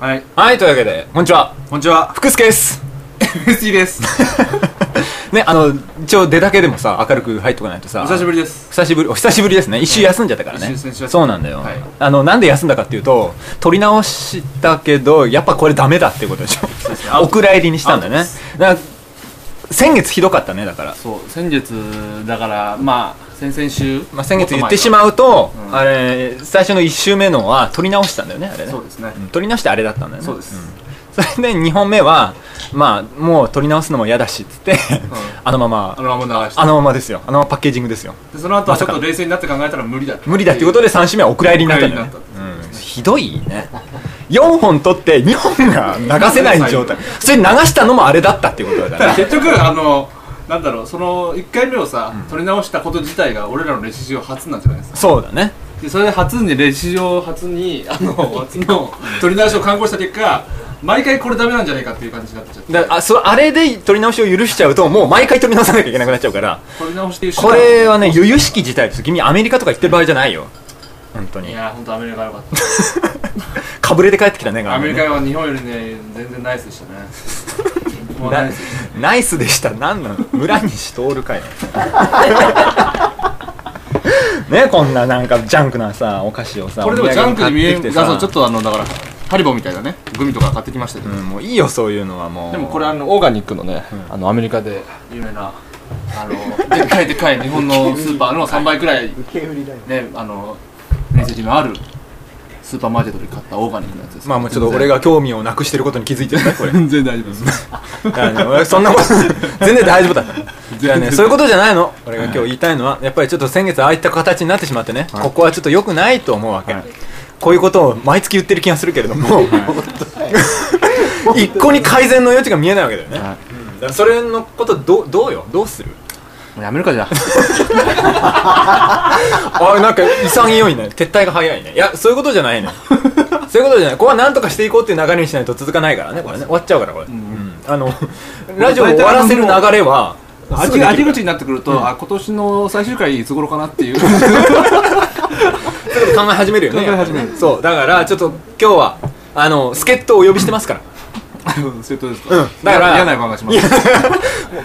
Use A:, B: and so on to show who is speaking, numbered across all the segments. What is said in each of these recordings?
A: はい
B: はい、というわけで、こんにちは。
A: こんにちは
B: 福助です。
A: MC です
B: ね、あの、一応出だけでもさ、明るく入っとかないと
A: お
B: さ。
A: 久しぶりです
B: 久しぶりお久しぶりですね一週休んじゃったから
A: 一
B: ね
A: 週先週休ん
B: そうなんだよ、
A: はい
B: あのなんで休んだかっていうと撮り直したけどやっぱこれダメだっていうことでし
A: ですね
B: ょお蔵入りにしたんだよ
A: アウ
B: ね
A: トで
B: だから先月ひどかったねだから、
A: そう先月だからまあ先々週
B: まあ、先月言ってし
A: う
B: まうと、
A: うん
B: あれ最初の1週目のは撮り直したんだよねあれね
A: そうですね
B: ん撮り直してあれだったんだよね
A: そうです
B: それで2本目はまあもう撮り直すのも嫌だしっつって、 あのま
A: あ
B: ま
A: のまま流して
B: あのままですよあのままパッケージングですよ
A: でその後は
B: ま
A: ちょ
B: さ
A: っ
B: か
A: と冷静になって考えたら無理だ
B: 無理だっていうこと
A: で
B: で3週目はお蔵入りになったんだよ、ね
A: お蔵入り
B: うん、ひどいね4本撮って2本が流せない状態それ流したのもあれだったっていうことだから
A: 結局あのなんだろうその1回目をさ、取り直したこと自体が俺らの歴史上初なんじゃないですか
B: そうだね
A: でそれで初に歴史上初にあの 初の取り直しを観光した結果毎回これダメなんじゃないかっていう感じになっちゃって
B: だからあそあれで撮り直しを許しちゃうともう毎回撮り直さなきゃいけなくなっちゃうから
A: 取り直しっていう手段
B: これはね由々しき事態です君アメリカとか行ってる場合じゃないよ本当
A: い
B: に
A: や本当アメリカ良かっ
B: かぶれて帰ってきたね
A: た
B: が
A: アメリカは日本よりね全然ナイスでしたね もうナイス
B: ナイスでした何なの村西徹 かよねこんななんかジャンクなさお菓子をさ
A: これでもジャンクに見え
B: お土産に
A: る
B: 買ってきてさ
A: そうちょっとあのだからハリボーみたいなねグミとか買ってきましたけ
B: う
A: ど、
B: んもういいよそういうのはもう
A: でもこれあのオーガニックのね、あのアメリカで有名なあのでっかいでっかい日本のスーパーの3倍くらい
C: 受け売りだよ
A: ねあの面積のあるスーパーマーケットで買ったオーガニックのやつです
B: まあもうちょっと俺
A: が
B: が興味をなくしてることに気づいてるね これ
A: 全然大丈夫です
B: あの俺そんなこと全然大丈夫だじゃ あねそういうことじゃないの俺が今日言いたいのはやっぱりちょっと先月ああいった形になってしまってね、ここはちょっと良くないと思うわけ、こういうことを毎月言ってる気がするけれども、 一向に改善の余地が見えないわけだよね、
A: はい
B: うんだからそれのことどうどうよどうする
A: もうやめるかじゃあ
B: あなんか潔いね撤退が早いねいやそういうことじゃ ないねそういうことじゃないここは何とかしていこうっていう流れにしないと続かないからねこれね終わっちゃうからこれ、うんあのラジオを終わらせる流れは
A: 秋
B: すぐできる
A: 秋口になってくると、あ今年の最終回いつ頃かなっていう
B: そういうこと考え始めるよね
A: 考え始める
B: そうだからちょっと今日はあの助っ人をお呼びしてますから
A: そういうことですか、
B: だから
A: 嫌な予感がします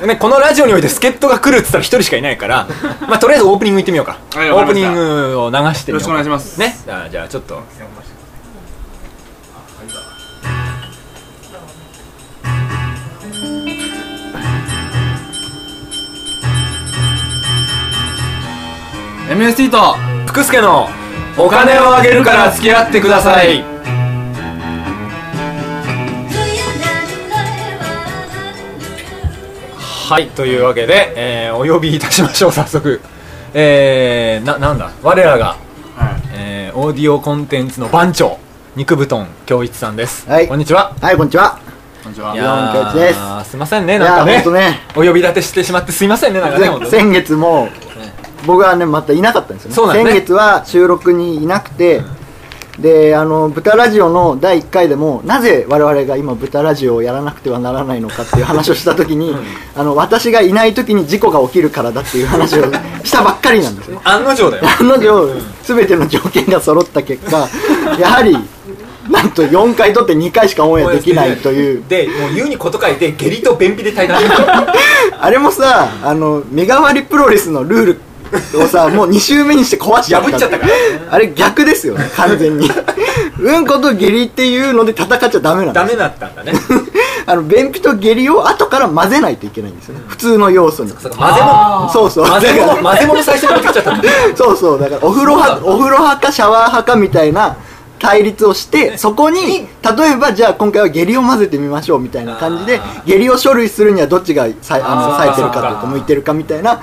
B: ね、このラジオにおいて助っ人が来るっつったら一人しかいな いから、まあ、とりあえずオープニング行ってみようか、
A: はい
B: オ
A: わ
B: ー
A: か
B: プ
A: り
B: ニ
A: ました
B: ングを流して
A: よろ
B: みようか
A: しくお願いします
B: ねじゃあじゃあちょっと
A: エ MST と
B: 福助のお金をあげるから付き合ってくださいはいというわけで、えーお呼びいたしましょう早速えー、ななんだ我らが、えーオーディオコンテンツの番長肉布団恭一さんです、
C: はい
B: こんにちは
C: はいこんにちは
A: こんにちはいいや
C: 肉布団恭一です
B: すいませんね
C: い
B: な
C: や
B: んかね
C: ーほんとね
B: お呼び立てしてしまってすいませんねなんかね本当
C: ぜ
B: に
C: 先月も僕はねまたいなかったんですよね
B: そうなんだね
C: 先月は収録にいなくて、であの豚ラジオの第1回でもなぜ我々が今豚ラジオをやらなくてはならないのかっていう話をした時に、あの私がいない時に事故が起きるからだっていう話をしたばっかりなんですよ
B: 案の定だよ
C: 彼女全ての条件が揃った結果やはりなんと4回取って2回しかオン エアできないという
B: でもう言うにこと書いて下痢と便秘で対 談してる
C: あれもさあの身代わりプロレスのルールをさもう2周目にして壊しちゃった
B: 破っちゃったから
C: あれ逆ですよね完全にうんこと下痢っていうので戦っちゃダメなん
B: ダ
C: だ
B: メだったんだね
C: あの便秘と下痢を後から混ぜないといけないんですよね普通の要素に
B: そうか混ぜ物
C: そうそう
B: 混ぜ
C: だ から
B: 物混ぜ物最初に持ってきちゃったんだ
C: そうそうだからお風呂派お風呂派かシャワー派かみたいな対立をしてそこに例えばじゃあ今回は下痢を混ぜてみましょうみたいな感じで下痢を処理するにはどっちがさいあの
B: あー
C: 冴えてるかと
B: そ
C: いう
B: うか
C: か向いてるかみたいな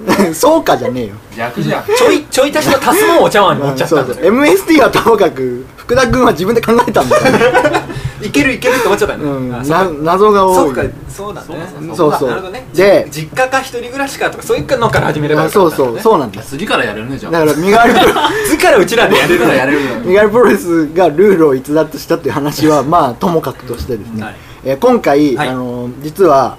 C: そうかじゃねえよ
A: 逆じゃん
B: ちょいちょい足しの足すもんをお茶碗に
C: そ
B: 持っ
C: う
B: ちゃっ
C: そ
B: た
C: うん
B: だよ
C: MST はともかく福田君は自分で考えたんだからね、
B: いけるいけるって思っちゃったんだ
C: う
B: よ、
C: ん、
B: あ
C: な
B: そうか
C: 謎が多
B: そう
C: い
B: かそうだね
C: そうそう
B: かなるほどね
C: で
B: じ実家か一人暮らしかとかそういうのから始めればよ
C: あ
B: か
C: そ
B: っ
C: う
B: たんだね
C: そ うそうなんです
A: 次からやれるねじゃ
C: だ
A: あ
C: から身代わりプロ
B: 次からうちらでやれる
A: 次
B: か
A: かららや
B: や
A: れ
B: る
A: るよ
C: 身軽プロレスがルールを逸脱したっていう話はまあともかくとしてですね、
B: はい
C: えー今回、
B: はい
C: あのー実は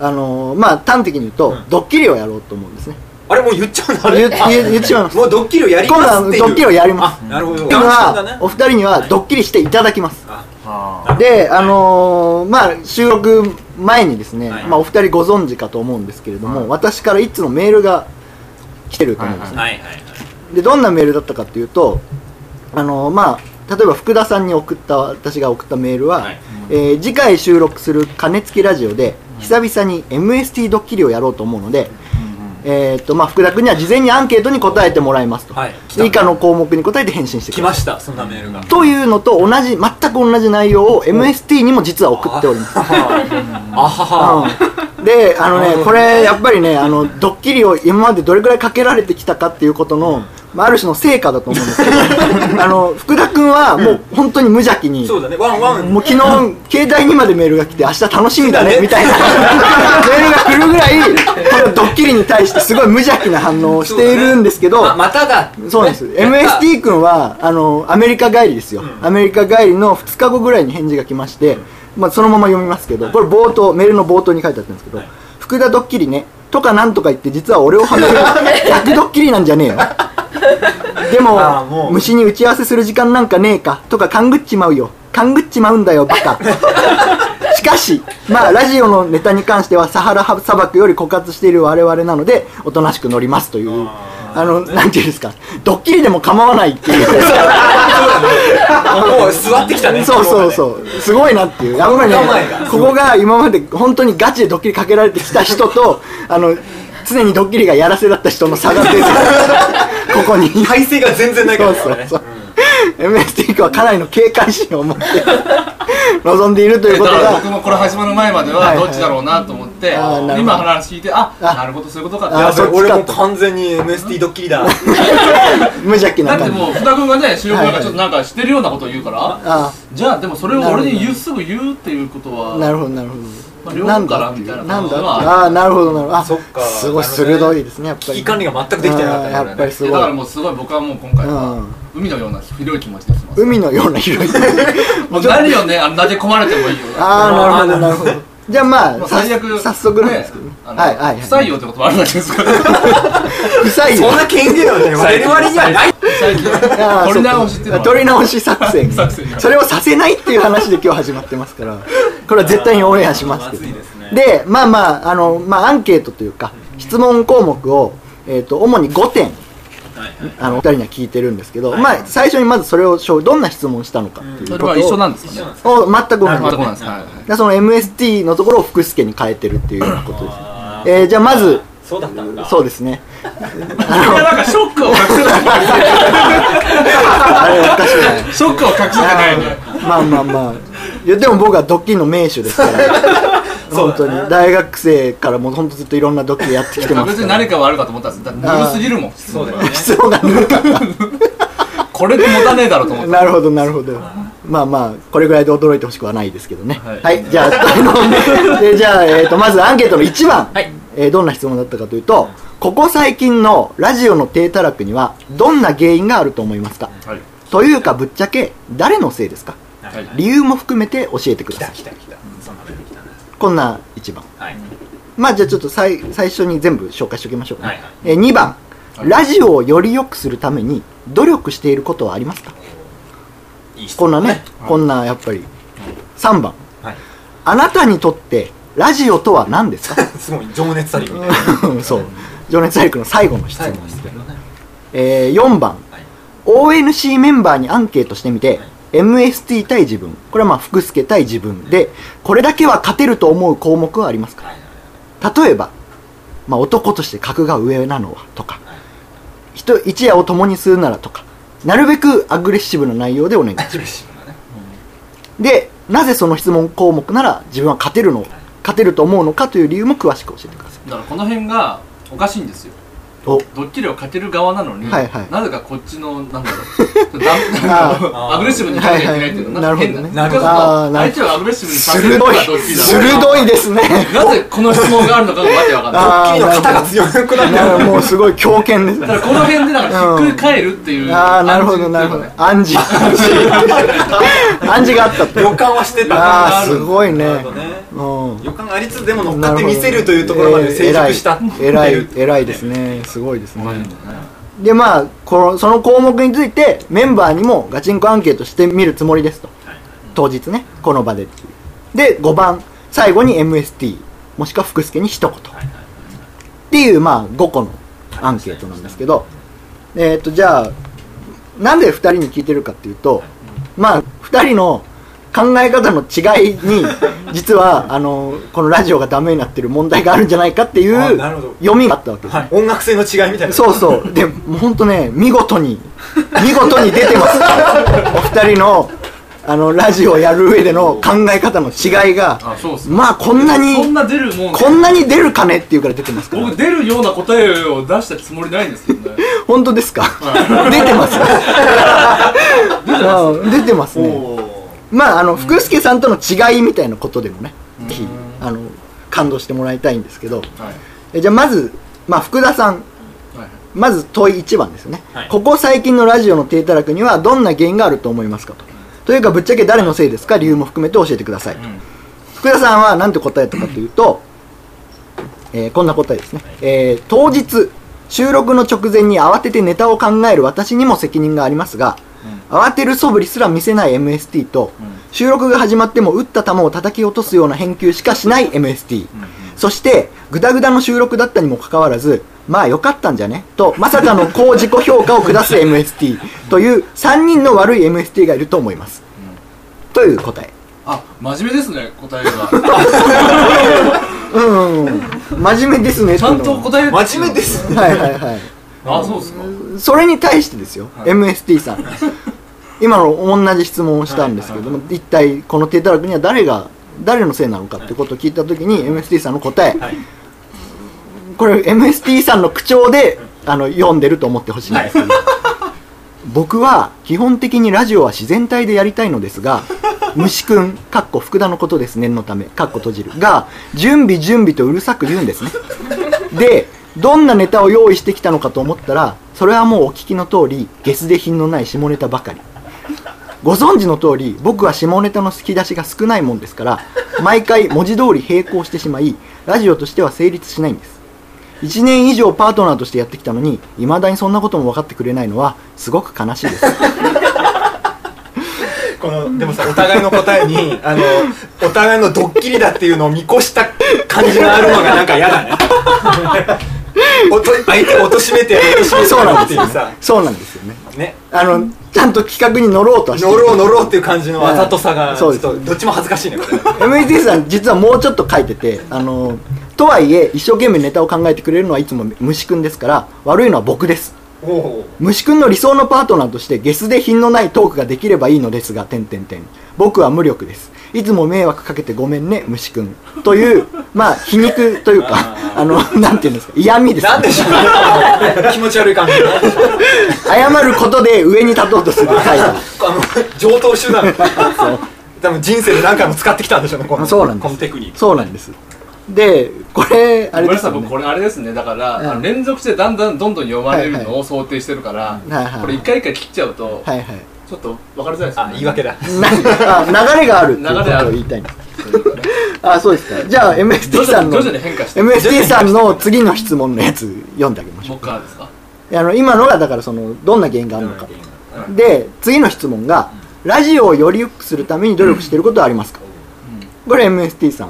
C: あのーまあ端的に言うと、
B: うん
C: ドッキリをやろうと思うんですね
B: あれもう言っちゃうんだ
C: 言う
B: ね
C: 言う言ってしまいます
B: もうドッキリをやり
C: 今
B: ま
C: 度
B: す
C: は
B: っていう
C: ドッキリをやります
B: あなるほど
C: 今
B: 楽しみだ
C: は
B: ね
C: お二人にはドッキリしていただきます、
B: あ
A: あ
C: で、あのーまあ、収録前にですね、
A: はい
C: まあ、お二人ご存知かと思うんですけれども、
B: はい
C: 私から一通のメールが来てると思うんですね、
B: はい
A: はい
C: でどんなメールだったかっていうと、あのーまあ、例えば福田さんに送った私が送ったメールは、
A: はい
C: えー次回収録する「鐘つきラジオ」で久々に MST ドッキリをやろうと思うので、えーっとまあ、福田君には事前にアンケートに答えてもらいますと、
B: はい来た
C: 以下の項目に答えて返信してく
B: 来
C: だ
B: ま
C: さい
B: したそんなメールが
C: というのと同じ全く同じ内容を MST にも実は送っております
B: あはは
C: うんであのねこれやっぱりねあのドッキリを今までどれくらいかけられてきたかっていうことの、まあ、ある種の成果だと思うんですけ どあの福田君はもう本当に無邪気に、
B: そうだねワンワン
C: もう昨日携帯にまでメールが来て明日楽しみだねみたいなメールが来るぐらいこのドッキリに対してすごい無邪気な反応をしているんですけど、
B: あまただ
C: そうなんです、MST 君はあのアメリカ帰りですよ、アメリカ帰りの2日後ぐらいに返事が来まして、まあ、そのまま読みますけど、これ冒頭メールの冒頭に書いてあったんですけど、福田ドッキリねとかなんとか言って実は俺をは める逆ドッキリなんじゃねえよで
B: あ
C: も
B: あもう
C: 虫に打ち合わせする時間なんかねえかとか勘ぐっちまうよ勘ぐっちまうんだよバ カしかしまあラジオのネタに関してはサハラ砂漠より枯渇している我々なのでおとなしく乗りますというあの、なんていうんですかドッキリでも構わないっていう
B: もう座ってきたね
C: そうそうそうすごいなっていうやっぱりね
B: 構えが
C: ここが今まで本当にガチでドッキリかけられてきた人とあの常にドッキリがやらせだった人の差が 出てるここに
B: 体勢が全然ないから
C: そうそう
B: ね
C: そう MST 君はかなりの警戒心を持って 臨んでいるという
A: だ
C: こと
A: から
C: が
A: 僕もこれ始まる前まで
C: は
A: はい
C: はい
A: どっちだろうなと思って
C: あーなるほど
A: 今話聞いてあ
C: あ
A: なるほどそういうことか
C: あ
A: っ
C: ーそっちか
B: 俺もう完全に MST ドッキリだ
C: 無邪気
A: てだ
C: な
A: って
C: 感じ
A: もう福田君がね収録なん
C: はいは
A: か
C: い
A: ちょっとなんかしてるようなことを言うから
C: あ
A: じゃあでもそれを俺に
C: なるほ
A: 言うすぐ言うっていうこと
C: あな
A: は
C: るほどなるほ
A: まあ
C: ど
A: 両
C: な
A: 方
C: ん
A: から
C: だって
A: み
C: い
A: たいうな
C: なんだって
A: まあ
C: ああーなるほどなるほどあ
B: そっか
C: すごい
B: なるほどね
C: 鋭いですねやっぱ
B: 危
C: り
B: 機管理が全くできてなかったね
C: あー
B: 俺
C: やっ
B: ね
C: ぱりすごい
A: だからもうすごい僕はもう今回は海のような広い気持ちですもん
C: 海のような広い
A: もう何をねあの撫で込まれてもいいよ
C: ああなるほどなるほどじゃあまあ
A: まあ
C: さ
A: 最悪
C: 早速なんですけどね
A: ねあの
C: はいはいはい
A: 不採用ってこともあるんですか
C: 臭いよ
B: そんな権限はね我々にはない
A: 最近
C: あー
A: 取り直しっていうの
C: そ
A: は
C: っか取り直し作戦
A: 作戦
C: それをさせないっていう話で今日始まってますからこれは絶対にオンエアしますけど
B: まずいですね
C: でまあまああの、まあ、アンケートというか質問項目を、えー、と主に5点あのお二人には聞いてるんですけど、
B: はい
C: まあ、最初にまずそれをしょどんな質問したのかっていう
A: そ
C: こ
A: れ
C: とを
A: は一緒なんですかね
C: お全く同
A: 全く
C: じ
A: 同じですはいはい
C: でその MST のところを福助に変えてるっていうようなことですね、
B: あ
C: えーじゃあまず
B: ーそうだったんだ
C: そうですね
A: いやなんかショックを隠せない
C: あれおかしくない
A: ショックを隠せてないね
C: まあまあまあいやでも僕はドッキリの名手ですから本当に大学生からもう本当ずっといろんなドッキリやってきてます
A: 別
C: か
A: に
C: ら
A: 何かはあるかと思ったんですだってぬるすぎるもん質問が
C: 質問がぬるかっ
A: これで持たねえだろうと思
C: た
A: って
C: なるほどなるほどまあまあこれぐらいで驚いてほしくはないですけどねは、
A: はいい
C: じゃああのでじゃあ、えー、とまずアンケートの1番、
B: はい
C: えーどんな質問だったかというとここ最近のラジオの低たらくにはどんな原因があると思いますか
A: はい
C: というかぶっちゃけ誰のせいですか
B: はい
C: 理由も含めて教えてく
B: 来
C: だ
B: た
C: さ
B: 来
C: い
B: た来たそんなメール来たね
C: こんな1番
B: はい
C: まあじゃあちょっと最最初に全部紹介しておきましょうか、
B: はいはい
C: えー2番
A: はい
C: ラジオをより良くするために努力していることはありますか
B: いい質
C: こんな
B: 問
C: ねこんなやっぱり3番
B: はい
C: あなたにとってラジオとは何です か
B: すごい情熱さりみたいな
C: そう情熱大陸の最後の質
B: 最
C: 問
B: 後の質問だね
C: えー4番
B: はい
C: ONC メンバーにアンケートしてみて、
B: はい
C: MST 対自分これはまあ福助対自分でこれだけは勝てると思う項目はありますか
B: はいはい
C: 例えば、まあ、男として格が上なのはとか
B: はい
C: 人一夜を共にするならとかなるべくアグレッシブな内容でお願いしま
B: アグレッシブなね
C: すでなぜその質問項目なら自分は勝てるの勝てると思うのかという理由も詳しく教えてください
A: だからこの辺がおかしいんですよ
C: お
A: ドッキリをかける側なのに、
C: はいはい
A: なぜかこっちのなんだろうだなん
B: あー
A: かアグレッシブにいかなきゃいけないっていうの
C: はいはい
A: んか変
B: なるほどね
C: あーなる
A: 相
C: ほ
A: 手をアグレッシブにさせ
C: 鋭
A: るのが
C: い
A: ドッキリだ
C: 鋭いですね
A: なぜこの質問があるのかがわけわかんない
C: あー
B: ドッキリの肩が強くなって
C: なるほどもうすごい強肩です
A: だか
C: ね
A: らこの辺でなんかひっくり返るっていう、
C: ああなるほどなるほど
A: 暗示
C: 暗示 暗示があったと
B: 予感はしてた
C: ああすごいね
B: なるほどね
C: うん
B: 予感ありつつでも乗っかって見せるというところまで成熟したっていう
C: えー偉い偉いですねすごいです
A: っていう
C: ね
A: のがね
C: でまあこのその項目についてメンバーにもガチンコアンケートしてみるつもりですと当日ねこの場でで5番最後に MST もしくは福助に一言っていうまあ5個のアンケートなんですけどえっ、とじゃあなんで2人に聞いてるかっていうとまあ2人の考え方の違いに実はあのこのラジオがダメになってる問題があるんじゃないかってい
B: あ
C: う
B: なるほど
C: 読みがあったわけです
B: はい、音楽性の違いみたいな
C: そうそうでもうほんとね見事に見事に出てますお二人のあのラジオをやる上での考え方の違いが
A: あそうっす
C: まあこんな
A: そん
C: に
A: な出るもん
C: こんなに出るかねっていうからい出てますから
A: 僕出るような答えを出したつもりないんですけどね
C: 本当ですか出てますうん出てますねまああの福助さんとの違いみたいなことでもねぜひあの感動してもらいたいんですけど
A: はい
C: えじゃあまず、まあ、福田さん
A: はい
C: まず問い1番ですよね、
B: はい
C: ここ最近のラジオの低たらくにはどんな原因があると思いますかとというかぶっちゃけ誰のせいですか理由も含めて教えてください、
A: ん
C: 福田さんは何て答えたかというと、えーこんな答えですね、えー当日収録の直前に慌ててネタを考える私にも責任がありますが、慌てる素振りすら見せない MST と、収録が始まっても打った球を叩き落とすような返球しかしない MST、そしてグダグダの収録だったにもかかわらずまあよかったんじゃねとまさかの高自己評価を下 す MST という3人の悪い MST がいると思います、という答え
A: あ真面目ですね答え が
C: うん うん、うん、真面目ですね
A: ちゃんと
C: は
A: 答え
B: 真面目です
C: いはいはい
A: あそうっすか
C: それに対してですよ、
A: はい
C: MST さん今の同じ質問をしたんですけども、一体この低たらくには誰が誰のせいなのかってことを聞いた時に MST さんの答え、
B: はい
C: これ MST さんの口調であの読んでると思ってほしいんですけど、僕は基本的にラジオは自然体でやりたいのですが虫くんかっこ福田のことです念のためかっこ閉じるが準備準備とうるさく言うんですねでどんなネタを用意してきたのかと思ったらそれはもうお聞きの通りゲスで品のない下ネタばかりご存知の通り僕は下ネタの引き出しが少ないもんですから毎回文字通り並行してしまいラジオとしては成立しないんです1年以上パートナーとしてやってきたのにいまだにそんなことも分かってくれないのはすごく悲しいです
B: このでもさお互いの答え にあのお互いのドッキリだっていうのを見越した感じがあるのがなんか嫌だね おと相手を貶としめてやる貶めて
C: そ
B: や
C: う
B: る
C: なん
B: って
C: で
B: いう
C: すよ
B: さ
C: ね そうなんですよね
B: ね
C: あのちゃんと企画に乗ろうとはしてる
B: 乗ろ う乗ろうっていう感じの
C: はい
B: あざとさがち
C: そう
B: ょ
C: で
B: っ
C: す
B: とどっちも恥ずかしいねこれ
C: MST さん実はもうちょっと書いててあのとはいえ一生懸命ネタを考えてくれるのはいつも虫くんですから悪いのは僕です
B: おお
C: 虫くんの理想のパートナーとしてゲスで品のないトークができればいいのですが点点点僕は無力ですいつも迷惑かけてごめんね虫くんというまあ皮肉というかあのなんていうんですか嫌味です、
B: なんでしょう ね気持ち悪い感じなんでしょう
C: 謝ることで上に立とうとする態度
B: あの上等手段多分人生で何回も使ってきたんでしょうねこの
C: そうなんです
B: このテクニック
C: そうなんですでこれあ
A: ごめん
C: れで
A: な
C: す
A: さい、
C: よ
A: 僕
C: ね
A: これあれですねだから、
C: うん
A: あの連続してだんだんどんどん読まれるのを想定してるから、
C: はいはい
A: これ一回一回切っちゃうと、
C: はいはい
A: ちょっと分かりづらいですよ
B: あ
A: ね
B: 言い訳だ
C: なあ流れがあるっていうこ
A: 流れあ
C: とを
A: る
C: 言いたいんですあそうですかじゃあ MST
A: 徐
C: さ
A: 々
C: ん
A: に
C: の
A: 徐々に変化して
C: MST さんの次の質問のやつ読んであげましょ
A: 僕からですか
C: うあの今のがだからそのどんな原因があるのかで次の質問がラジオをより良くするために努力していることはありますかこれ MST さん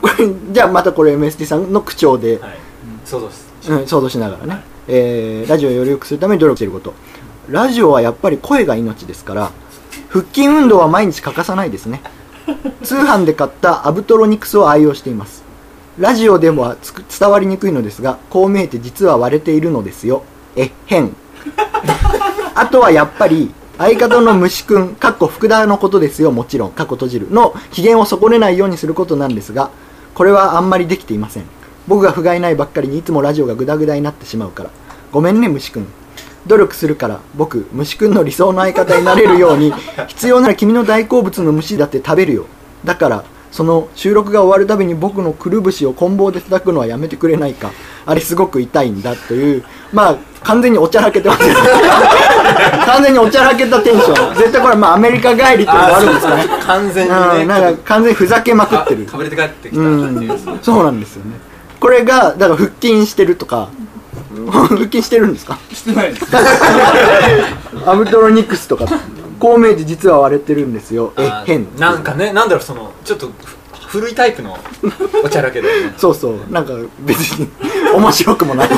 C: これじゃあまたこれ MST さんの口調で、
B: はい想像です
C: うん、想像しながらね、えーラジオをより良くするために努力していることラジオはやっぱり声が命ですから腹筋運動は毎日欠かさないですね通販で買ったアブトロニクスを愛用していますラジオでもはつく伝わりにくいのですがこう見えて実は割れているのですよえっへんあとはやっぱり相方の虫くん、かっこ福田のことですよ、もちろん、かっこ閉じる、の機嫌を損ねないようにすることなんですが、これはあんまりできていません。僕が不甲斐ないばっかりにいつもラジオがグダグダになってしまうから。ごめんね、虫くん。努力するから、僕、虫くんの理想の相方になれるように、必要なら君の大好物の虫だって食べるよ。だから、その収録が終わるたびに僕のくるぶしを棍棒で叩くのはやめてくれないか。あれすごく痛いんだという、まあ、完全におちゃらけてますよ 完全におちゃらけたテンション。絶対これ、まあ、アメリカ帰りっていうのがあるんですかね。
B: 完全に
C: う
B: ね
C: ん、なんか完全にふざけまく
B: あ
C: ってる。
B: かぶれて帰ってきた
C: うん、そうなんですよねこれがだから腹筋してるとか 腹筋してるんですか
A: してないです
C: アブトロニクスとか孔明寺実は割れてるんですよえ
B: あー
C: 変
B: なんかねなんだろうそのちょっとふ古いタイプ のおちゃらけだよね
C: そうそうなんか別に 面白くもない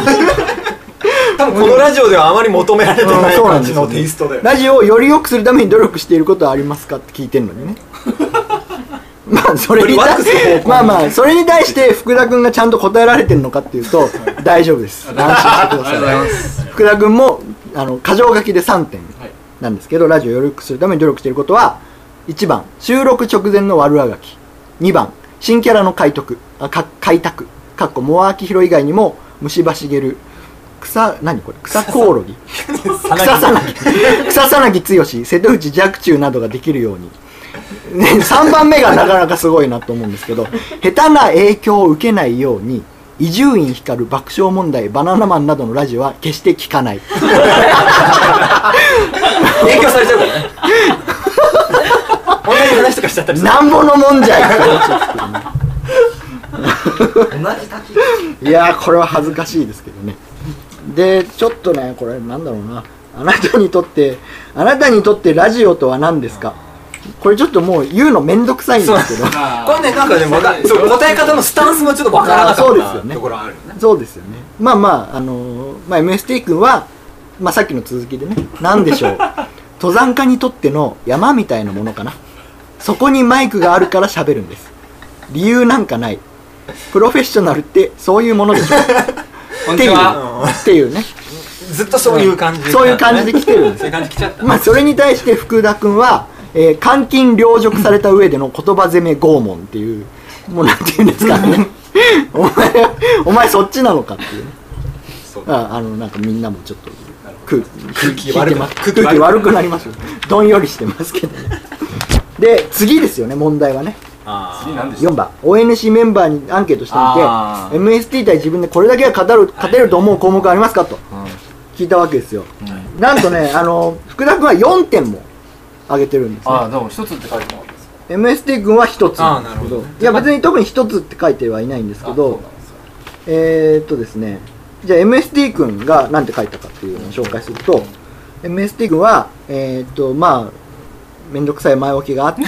B: 多分このラジオではあまり求められてない
C: そうな
B: 感
C: んで
B: じ
C: すよ
B: の
C: ね
B: テイストだよね
C: ラジオをより良くするために努力していることはありますかって聞いてるのにねまあそれ
B: よ
C: に
B: りワックスの方
C: 対
B: 向に
C: まあまあそれに対して福田君がちゃんと答えられてるのかっていうと大丈夫です安心し
A: ありがと
C: てくだ
A: うございま
C: さい福田君もあの箇条書きで3点
A: はい
C: なんですけどラジオをより良くするために努力していることは1番収録直前の悪あがき2番新キャラの開拓あか開拓かっこモアアキヒロ以外にも虫歯茂る草何これ草コオロギ草さなぎ草さなぎ剛瀬戸内若冲などができるように、ね、3番目がなかなかすごいなと思うんですけど下手な影響を受けないように伊集院光る爆笑問題バナナマンなどのラジオは決して聞かない
B: 影響されちゃうから ね同じ話とかしちゃったりする
C: なんぼのもんじゃいって思っちゃうんですけどねいやーこれは恥ずかしいですけどねでちょっとねこれなんだろうなあなたにとってあなたにとってラジオとは何ですかこれちょっともう言うのめんどくさいんですけど
A: まあ
B: これねなんかねわかそう答え方のスタンスもちょっとわからなか
C: あそう
B: っ
C: ですよ
B: た
C: ね
B: ところあるよね
C: そうですよねまあまああのーまあ、MST 君は、まあ、さっきの続きでね何でしょう登山家にとっての山みたいなものかなそこにマイクがあるから喋るんです理由なんかないプロフェッショナルってそういうものでしょ
A: こん
C: っ
A: に
C: てい
A: ち
C: う
A: は
C: っていうね
B: ずっとそういう感じ
C: そういう感じで来てるんです
B: そういう感じ来ちゃった
C: まあ、それに対して福田君は、えー監禁凌辱された上での言葉攻め拷問っていうもうなんていうんですか ねお前お前そっちなのかっていうね
B: そう
C: ああのなんかみんなもちょっと空
B: 空気悪くな
C: 聞いてます空気悪くなりますよどんよりしてますけどねで次ですよね問題はね
B: あ
A: 次
B: ー
A: 何でしょ
C: 4番 ONC メンバーにアンケートして
B: あー
C: みて MST 対自分でこれだけは勝たる勝てると思う項目ありますかと聞いたわけですよ、なんとねあの福田君は4点も上げてるんですね
A: ああでも一つって書いてなかったです
C: MST 君は1つなんで
B: あーな
C: すけ
B: るほ
C: ど
B: ど
C: いや別に特に1つって書いてはいないんですけどえー、っとですねじゃあ MST 君が何て書いたかっていうのを紹介すると MST 君はえー、っとまあ面倒くさい前置きが あって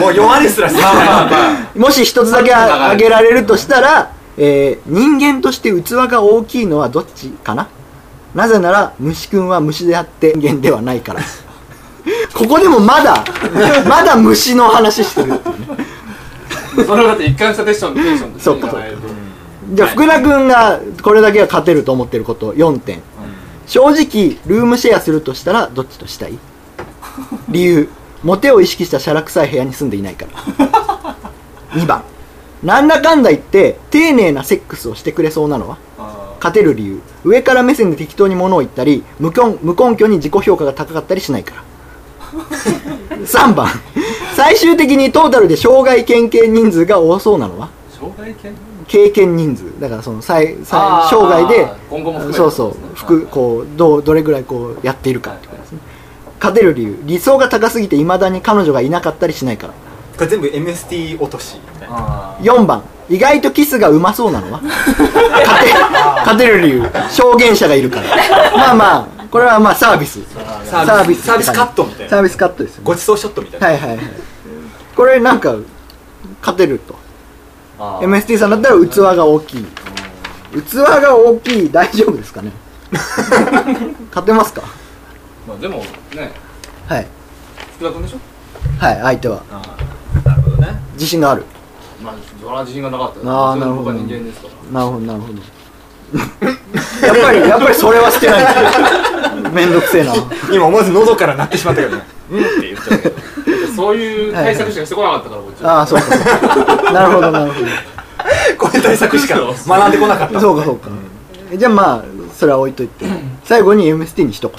B: もう弱音すらす まあまあまあ
C: もし一つだけあげられるとしたら、えー人間として器が大きいのはどっちかななぜなら虫くんは虫であって人間ではないから ここでもまだ まだ虫の話してるっていうね
A: それはだって一貫したテッションテンションです
C: そ
A: ね
C: っかそっか
A: いぶ
C: じゃあ福田君がこれだけは勝てると思ってること4点、正直ルームシェアするとしたらどっちとしたい理由モテを意識したシャラ臭い部屋に住んでいないから2番なんだかんだ言って丁寧なセックスをしてくれそうなのは
A: あ
C: 勝てる理由上から目線で適当に物を言ったり無根無根拠に自己評価が高かったりしないから3番最終的にトータルで障害県警人数が多そうなのは
A: ー障害犬
C: 経験人数だからその最最
A: あー
C: 生涯で
A: 今後も含めて
C: そうそう
A: ですね
C: 服こうどうどれぐらいこうやっているかってことですね勝てる理由理想が高すぎていまだに彼女がいなかったりしないから
B: これ全部 MST 落としみたいな
A: あ
C: 4番意外とキスがうまそうな のは勝て勝てる理由証言者がいるからまあまあこれはまあサービス
B: サービスサービスカットみたい
C: サ
B: な
C: ービスカットですよね
B: ごちそうショットみたいな
C: はいはいはいこれなんか勝てると
A: あー
C: MST さんだったら器が大きい器が大きい大丈夫ですか ね勝てますか
A: まあでもね
C: はい
A: 福田君でしょ
C: はい相手は
B: あーなるほどね
C: 自信がある
A: まあそれは自信がなかった
C: あーなるほど
A: 僕は人間ですから
C: なるほどなるほどやっぱりやっぱりそれはしてないめんどくせえな
B: 今思わず喉から鳴ってしまったけどねうんって言っちゃうけど
A: そういう対策しかしてこなかったからこっちは
C: ああそうかそう かなるほどなるほ
B: こういう対策しか学んでこなかった
C: どそうかそうかじゃあまあそれは置いといて最後に MST に一言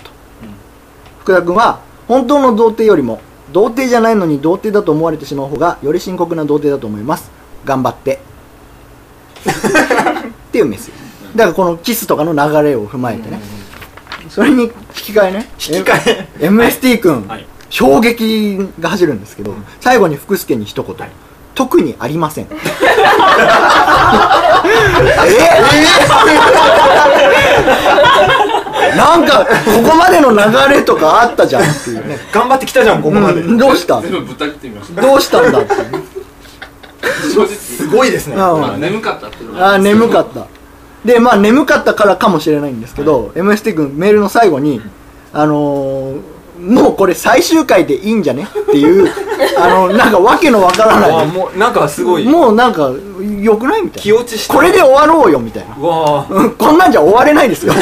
C: 福田君は本当の童貞よりも童貞じゃないのに童貞だと思われてしまう方がより深刻な童貞だと思います頑張って っていうメッセージだからこのキスとかの流れを踏まえてねそれに引き換えね
B: 引き換
C: え MST 君、
B: はい
C: 衝撃が走るんですけど、最後に福助に一言、
B: い
C: 特にあり ませんええなんかここまでの流れとかあったじゃんっていうね、
B: 頑張ってきたじ ゃんここまで、
C: うん、どうした
A: 全部ぶった切ってみました
C: どうしたんだっていうね
A: 正直
B: すごいですね
C: うん
A: まあ眠かったっていうの
C: あー眠か
A: っ
C: ったでまあ眠かったからかもしれないんですけど、MST 君メールの最後に、あのーもうこれ最終回でいいんじゃねっていうあのなんかわけのわから
B: わあ
C: な
B: もうなんかすご
C: い
B: い
C: もうなんかよくないみたい
B: 気
C: な
B: 落ちした
C: これで終わろうよみたいな
B: わあ
C: うんこんなんじゃ終われないで すよ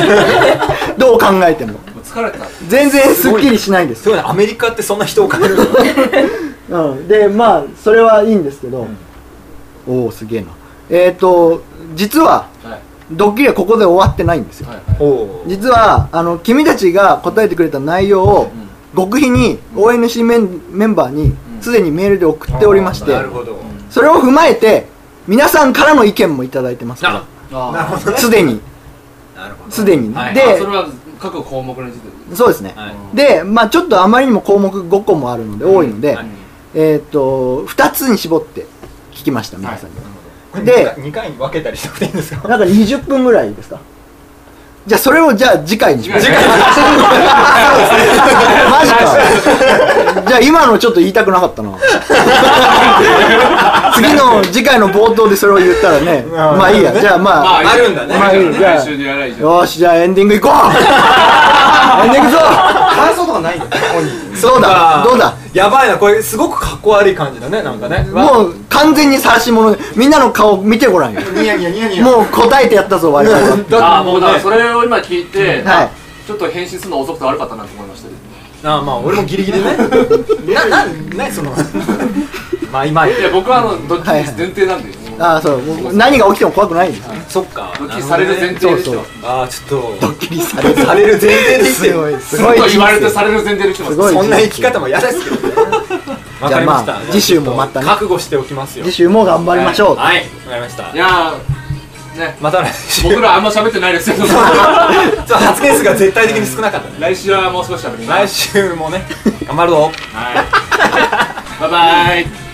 C: どう考えても
A: 疲れた
C: 全然すっきりしないです
B: すごいねアメリカってそんな人を変えるの
C: うん、でまあそれはいいんですけど、おおすげえなえっ、と実は
A: はい
C: ドッキリはここで終わってないんですよ、
A: はいはい
B: お お
C: 実はあの君たちが答えてくれた内容を、極秘に ONC メンメンバーに
A: ん
C: すでにメールで送っておりまして、
B: なるほど、
C: それを踏まえて皆さんからの意見もいただいてますか
A: あ
B: なるほど
C: ら
B: ね
C: すでに
B: なるほど
C: すでに、
B: はい
A: で
C: で
A: それは各項目について
C: そうですね、
B: はい
C: でまあちょっとあまりにも項目5個もあるので多いので、
B: はい
C: えっ、と2つに絞って聞きました皆さんに、で
B: で2回に分けたりしなくていいんです か
C: なんか20分ぐらいですかじゃあそれをじゃあ次回にしましょうマジかじゃあ今のちょっと言いたくなかった な次の次回の冒頭でそれを言ったらね
B: まあ
C: まあいいやじゃあまあ、
B: あるんだね
A: まあいい
C: じゃあ
A: 来週にやらないじゃん
C: よーしじゃあエンディングいこうエンディン グぞ
B: 感想とかないんだね本人
C: そうだどうだ
B: やばいなこれすごくかっこ悪い感じだねなんかね
C: もう完全に晒し者でみんなの顔見てごらんよ
B: ニヤニヤニヤニヤ
C: もう答えてやったぞ我々 は
A: ああもうだから
B: ね
A: それを今聞いて
C: はい
A: ちょっと返信するの遅くて悪かったなと思いましたい
B: ああまあ俺もギリギ リねなななその まあ今
A: や僕はあのどっち
C: はいはい
A: 前提なんでもう
C: ああそうもう何が起きても怖くないです
B: そっか
A: ドッキリされる前提で来てます
B: ああちょっと
C: 切りされ
B: される前提で生きて
C: すご
B: る
C: いす
A: ずっ
C: ごい
A: と言われ
C: 人
A: て
C: 生
A: される前提で来てます
C: すごい
B: そんな生き方も嫌ですけどねわかりまし
C: じ
B: た
C: ゃあまあ次週もまたね
B: 覚悟しておきますよ
C: 次週も頑張りましょう、
B: はいわかりました
A: いやーね
B: また来週
A: 僕らあんま喋ってないですけど
B: ちょっと発言数が絶対的に少なかったね
A: 来週はもう少し喋りま
B: 来
A: す
B: 週もね頑張るぞ
A: はいバイバイ